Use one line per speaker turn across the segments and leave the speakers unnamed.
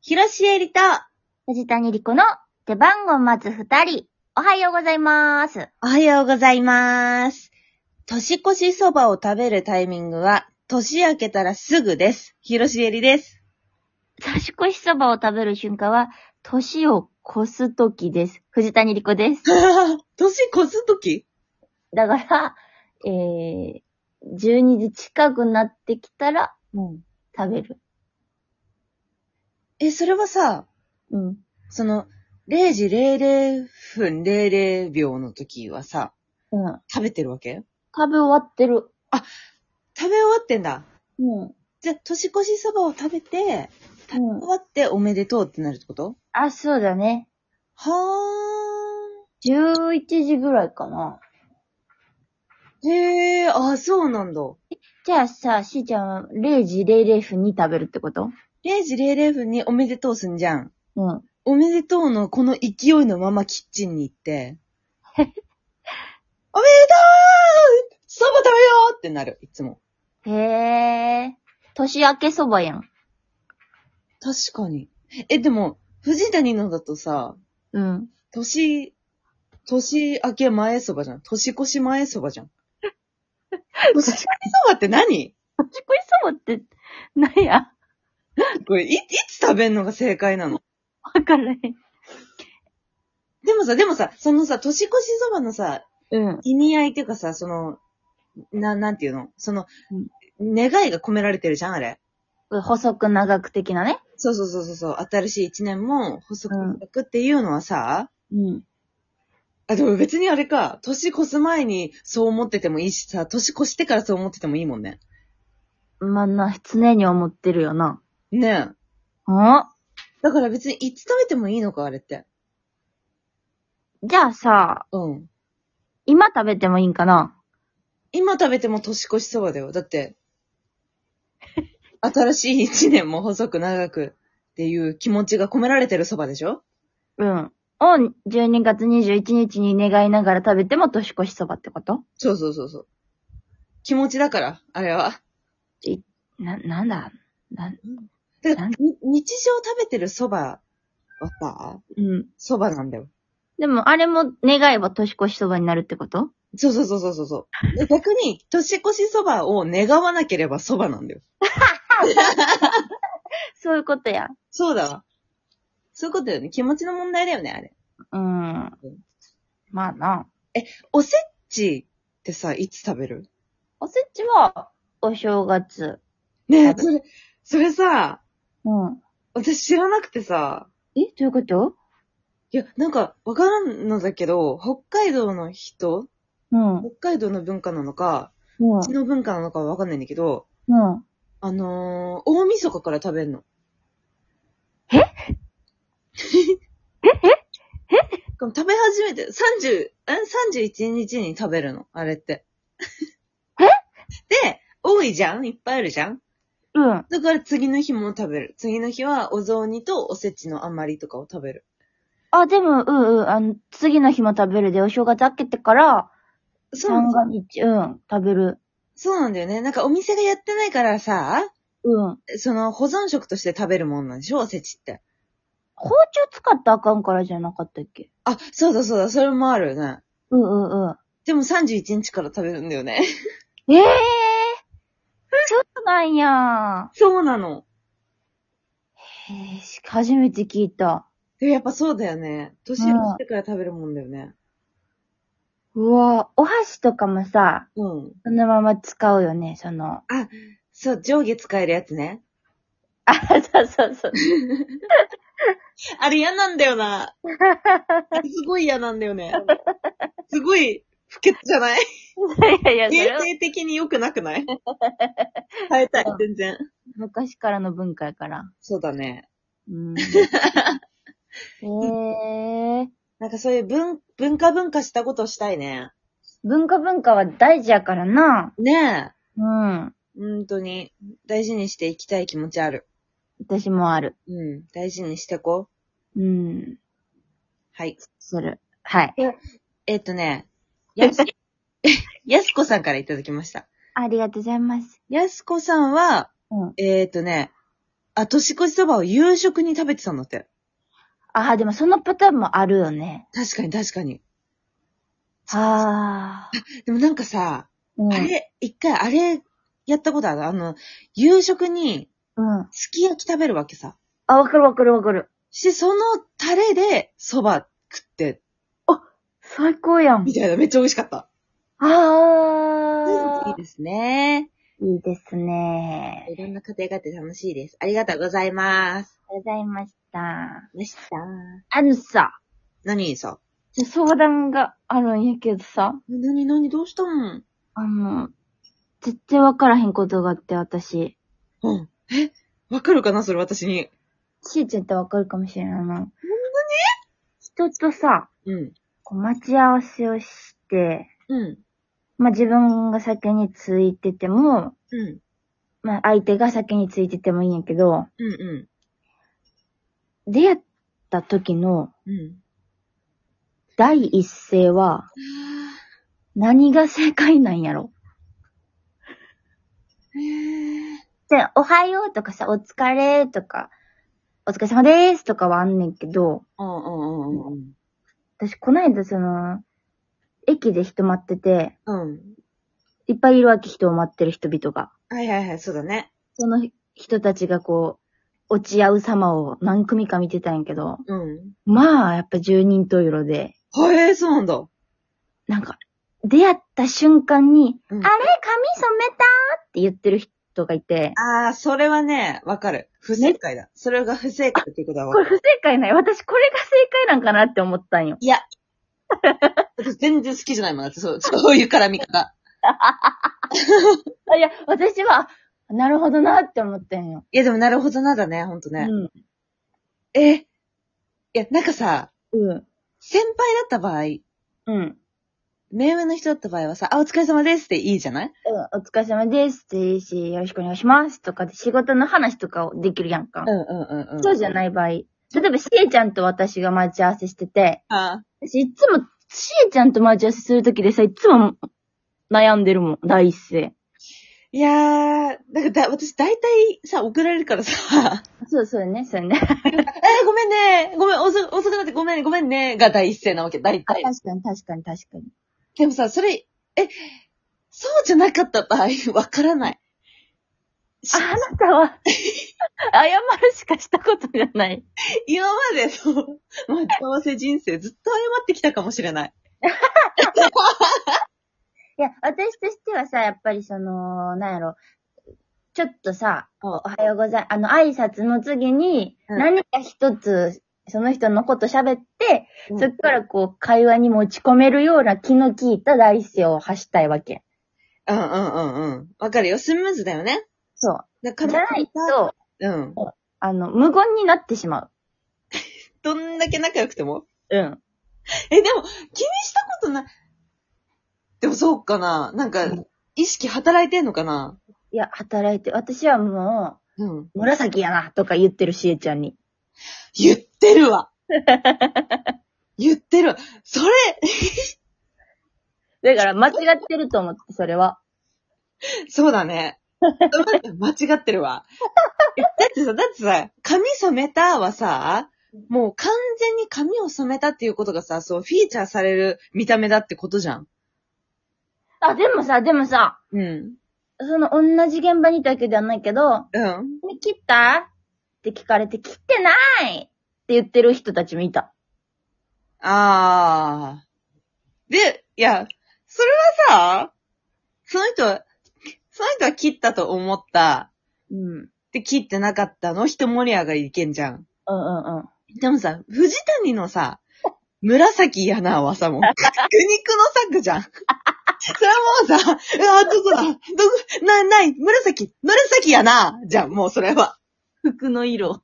広しえりと、
藤谷莉子の出番を待つ二人。おはようございます。
おはようございます。年越しそばを食べるタイミングは、年明けたらすぐです。広しえりです。
年越しそばを食べる瞬間は、年を越す時です。藤谷莉子です。
年越すとき
だから、えー、12時近くなってきたら
うん。
食べる。
え、それはさ、
うん。
その、0時00分00秒の時はさ、
うん。
食べてるわけ
食べ終わってる。
食べ終わってんだ。
うん。
じゃあ、年越しそばを食べて、
うん
終わっておめでとうってなるってこと
あ、そうだね。
は
11時ぐらいかな。
ー。へー、あ、そうなんだ。
じゃあさ、しーちゃんは0時00分に食べるってこと
0時00分におめでとうすんじゃん。
うん。
おめでとうのこの勢いのままキッチンに行 って、おめでとうそば食べようってなる、いつも。
へえ。年明けそばやん。
確かに。え、でも、藤谷のだとさ、
うん。
年、年明け前そばじゃん。年越し前そば じゃん。年越しそばって何
年越しそばって、なんや
これい、いつ食べんのが正解なの
わからへん。
でもさ、でもさ、そのさ、年越しそばのさ、
うん。
意味合いっていうかさ、その、な、なんていうのその、願いが込められてるじゃん、あれ。
細く長く的なね。
そうそうそうそうそう、新しい一年も細く長くっていうのはさ、
うん。
あ、でも別にあれか、年越す前にそう思っててもいいしさ、年越してからそう思っててもいいもんね。
まあ、な、常に思ってるよな。
ねえ。
あ
だから別にいつ食べてもいいのか、あれって。
じゃあさ、
うん。
今食べてもいいんかな
今食べても年越しそばだよ。だって、新しい一年も細く長くっていう気持ちが込められてるそばでしょ
うん。を12月21日に願いながら食べても年越しそばってこと
そうそうそうそう。気持ちだから、あれは。
な、なんだなん、
だか
な
ら
ん
に日常食べてる蕎麦はさ、
うん。
蕎麦なんだよ。
でも、あれも願えば年越しそばになるってこと
そうそうそうそうそうそう。で逆に、年越し蕎麦を願わなければ蕎麦なんだよ。
そういうことや。
そうだわ。そういうことだよね。気持ちの問題だよね、あれ。
うん。まあな。
おせちってさ、いつ食べる
おせちは、お正月。
ねえ、
食
それ、それさ、
うん。
私知らなくてさ、
えどういうこと
いや、なんか、わからんのだけど、北海道の人
うん。うん。
北海道の文化なのか、
う
うちの文化なのかはわかんないんだけど、
ん。
あのー、大晦日から食べんの。
え
えええ食べ始めて、30、え ?31 日に食べるの、あれって。
え
で、多いじゃんいっぱいあるじゃん
うん。
だから次の日も食べる。次の日はお雑煮とおせちの余りとかを食べる。
あ、でも、うんうん。あの、次の日も食べるで、お正月明けてから、
そうなん
三
だ
が日、うん、食べる。
そうなんだよね。なんかお店がやってないからさ、
うん。
その保存食として食べるもんなんでしょおせちって。
包丁使ったらあかんからじゃなかったっけ
あ、そうだそうだ、それもあるよね。
うんうんう
でも31日から食べるんだよね。
ん。ええー、そうなんや。
そうなの。
へえ、初めて聞いた。
でもやっぱそうだよね。年をしてから食べるもんだよね。
うわお箸とかもさ、
うん。
そのまま使うよね、その。
そう、上下使えるやつね。
あ、そうそうそう。
あれ嫌なんだよ な。あれすごい嫌なんだよね。すごい不潔じゃない
いやいや、そ
衛
れは
生的に良くなくない変えたい、全然。
昔からの文化やから。
そうだね。
うん。へえ。
なんかそういう文、文化文化したことしたいね。
文化文化は大事やからな。
ね
うん。
え。本当に。大事にしていきたい気持ちある。
私もある。
うん。大事にしてこう。
うん。
はい。
する。はい。
えっとね、や す、やすこさんからいただきました。
ありがとうございます。
やすこさんは、
うん
えっ、ー、とね、あ、年越しそばを夕食に食べてたんだって。
ああ、でもそのパターンもあるよね。
確かに確かに。
ああ。
でもなんかさ、
うん。
あれ、一回あれ、やったことあるあの、夕食に、
うん。あ、
すき焼き食べるわけさ。
わかるわかるわかる。
して、そのタレで、そば食って、
最高やん
み。たいな、めっちゃ美味しかった。
ああ。
ですね。
いいですね。
いろんな家庭があって楽しいです。ありがとうございます。
ありがとうございました。
でした。
あのさ、
何さ
相談があるんやけどさ、
何何どうしたん
あの、絶対わからへんことがあって、私。
うん。えわかるかなそれ私に。
しーちゃんってわかるかもしれないな。ほんに人とさ、
うん。
こう待ち合わせをして、
うん。
まあ、自分が先についてても、
うん。
まあ、相手が先についててもいいんやけど、
うん。うん。
出会った時の
うん。
第一声は、何が正解なんやろで、おはようとかさ、お疲れとか、お疲れ様でーすとかはあんねんけど、
うんうんうんうん。
私こないだその、駅で人待ってて、
うん。
いっぱいいるわけ人を待ってる人々が。
はいはいはい、そうだね。
その人たちがこう、落ち合う様を何組か見てたんやけど、
うん。
まあ、やっぱ十人十色で、
はえー、そうなんだ。
なんか、出会った瞬間に、
うん
あれ髪染めたって言ってる人がいて、
あー、それはね、わかる。不正解だ。それが不正解っていうことはわ
こ
か
れ
る。
不正解ない。私これが正解なんかなって思ったんよ。
いや。私全然好きじゃないもんだって、そう、 そういう絡み方。
あいや、私は、あなるほどなって思ったんよ。
いや、でもなるほどなだね、ほんとね。
うん。
えいや、なんかさ、
うん。
先輩だった場合、
うん。
目上の人だった場合はさ、あ、お疲れ様ですっていいじゃない
お疲れ様ですっていいし、よろしくお願いしますとかで仕事の話とかをできるやんか
う。んうんうんうん。
そうじゃ
い
ない場合。例えば、しえちゃんと私が待ち合わせしてて、
あ
私いつも、しえちゃんと待ち合わせするときでさ、いつも悩んでるもん、第一声。
いやー、なんかだ、私大体さ、送られるからさ、
そうそうよね、そうよね。
えー、ごめんねごめん、遅く、遅くなってごめんね、ごめんねが第一声なわけ、大
あ
体。
確かに確かに確かに。
でもさ、それ、え、そうじゃなかった場合、 わからない。し
あなたは、謝るしかしたことじゃない。
今までの、 待ち合わせ人生ずっと謝ってきたかもしれない。
いや、私としてはさ、やっぱりその、なんやろ、ちょっとさ、
うん
おはようございあの、挨拶の次に、
うん
何か一つ、その人のこと喋って、
うん
そっからこう、会話に持ち込めるような気の利いた第一声を発したいわけ。
うんうんうんうん。わかるよ、スムーズだよね。
そう。
だ
じゃないと、
うん。
あの、無言になってしま
どんだけ仲良くても。
う。うん。
え、でも、気にしたことない。でもそうかな。なんか
うん、
意識働いてんのかない
や、働いて、私はも
うん。
う、紫やな、とか言ってるしえちゃんに。
言ってる わ。言ってるわ。それ、
だから、間違ってると思って、それは。
そうだね。間違ってるわ。えだってさ、だってさ、髪染めたはさ、もう完全に髪を染めたっていうことがさ、そう、フィーチャーされる見た目だってことじゃん。
あ、でもさ、でもさ、
うん。
その同じ現場にいたわけではないけど、
うん。
髪切ったって聞かれて、切ってないって言ってる人たちもいた。
あー。で、いや、それはさ、その人は、その人は切ったと思った。
うん。うん
で、切ってなかったの一盛り上がりいけんじゃん。
うんうん。
でもさ、藤谷のさ、紫やなはさ、もう、苦肉の策じゃん。それはもうさ、うわ、どこだどこ、な、ない、紫、紫やなじゃん、もうそれは。
服の色。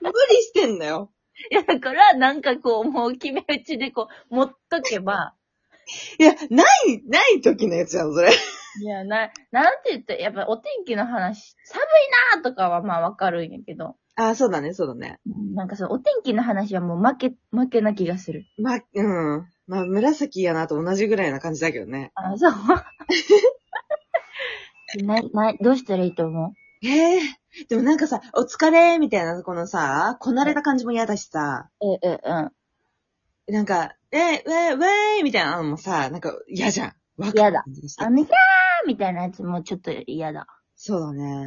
無理してんだよ。
いや、だから、なんかこう、もう決め打ちでこう、持っとけば、
いや、ない、ない時のやつじゃん、それ。
いや、な、なんて言ったらやっぱお天気の話、寒いなーとかはまあわかるんやけど、
あ、そうだね、そうだね。
なんかそのお天気の話はもう負け、負けな気がする。
ま、うん。まあ、紫やなと同じぐらいな感じ だけどね。
あ、そう。な、な、どうしたらいいと思
ええでもなんかさ、お疲れみたいな、このさ、こなれた感じも嫌だしさ、
うんうんうん。
なんか、えー、ウェイ、ウェイみたいなのもさ、なんか嫌じゃん。わかる
嫌だ
感じがして
あの、キャーみたいなやつもちょっと嫌だ。
そうだね
う。ん。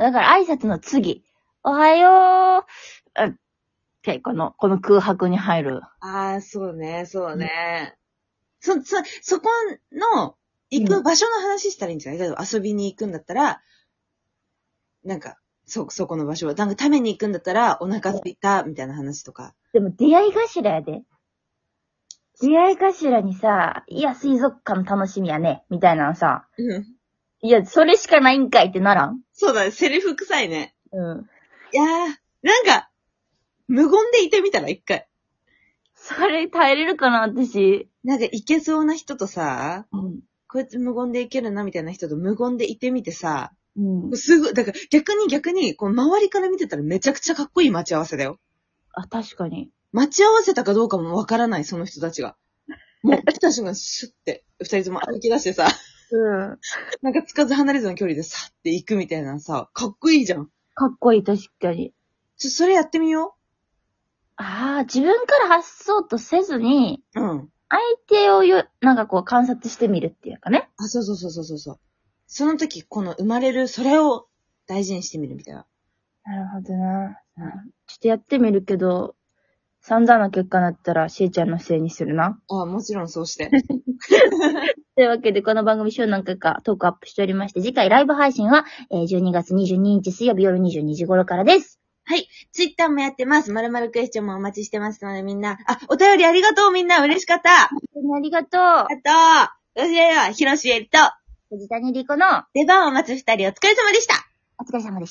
だから挨拶の次。おはよう。あって、この、この空白に入る。
ああ、そうね、そうね。そ、そ、そこの、行く場所の話したらいいんじゃない例えば遊びに行くんだったら、なんか、そ、そこの場所は、なんか食べに行くんだったら、お腹空いた、みたいな話とか。
でも出会い頭やで。出会い頭にさ、いや、水族館楽しみやね、みたいなのさ、
うん。
いや、それしかないんかいってならん
そうだね、セリフ臭いね。
うん。
いやー、なんか、無言でいてみたら、一回。
それ耐えれるかな、私。
なんか、いけそうな人とさ、
うん。
こいつ無言でいけるな、みたいな人と無言でいてみてさ、
うん。
すごい、だから逆に逆に、こう、周りから見てたらめちゃくちゃかっこいい待ち合わせだよ。
あ、確かに。
待ち合わせたかどうかもわからない、その人たちが。もう、来た瞬間、シュッて、二人とも歩き出してさ、
うん。
なんかつかず離れずの距離でさって行くみたいなさ、かっこいいじゃん。
かっこいい、確かに。
ちょ、それやってみよ
ああ、自分から発想とせずに、
う。うん。
相手をよ、なんかこう観察してみるっていうかね。
あ、そうそうそうそうそうそう。その時、この生まれる、それを大事にしてみるみたいな。
なるほどな。ちょっとやってみるけど、散々な結果になったら、しーちゃんのせいにするな。
あもちろんそうして。
というわけで、この番組週何回かトークアップしておりまして、次回ライブ配信は、えー12月22日水曜日夜22時頃からです。
ツイッターもやってます。まるまるクエスチョンもお待ちしてますので、みんな。あ、お便りありがとう、みんな。嬉しかった。あ
本当にありがと
とう。それでは、ひろしえりと、
う。藤谷莉子の
出番を待つ二人、お疲れ様でした。
お疲れ様でした。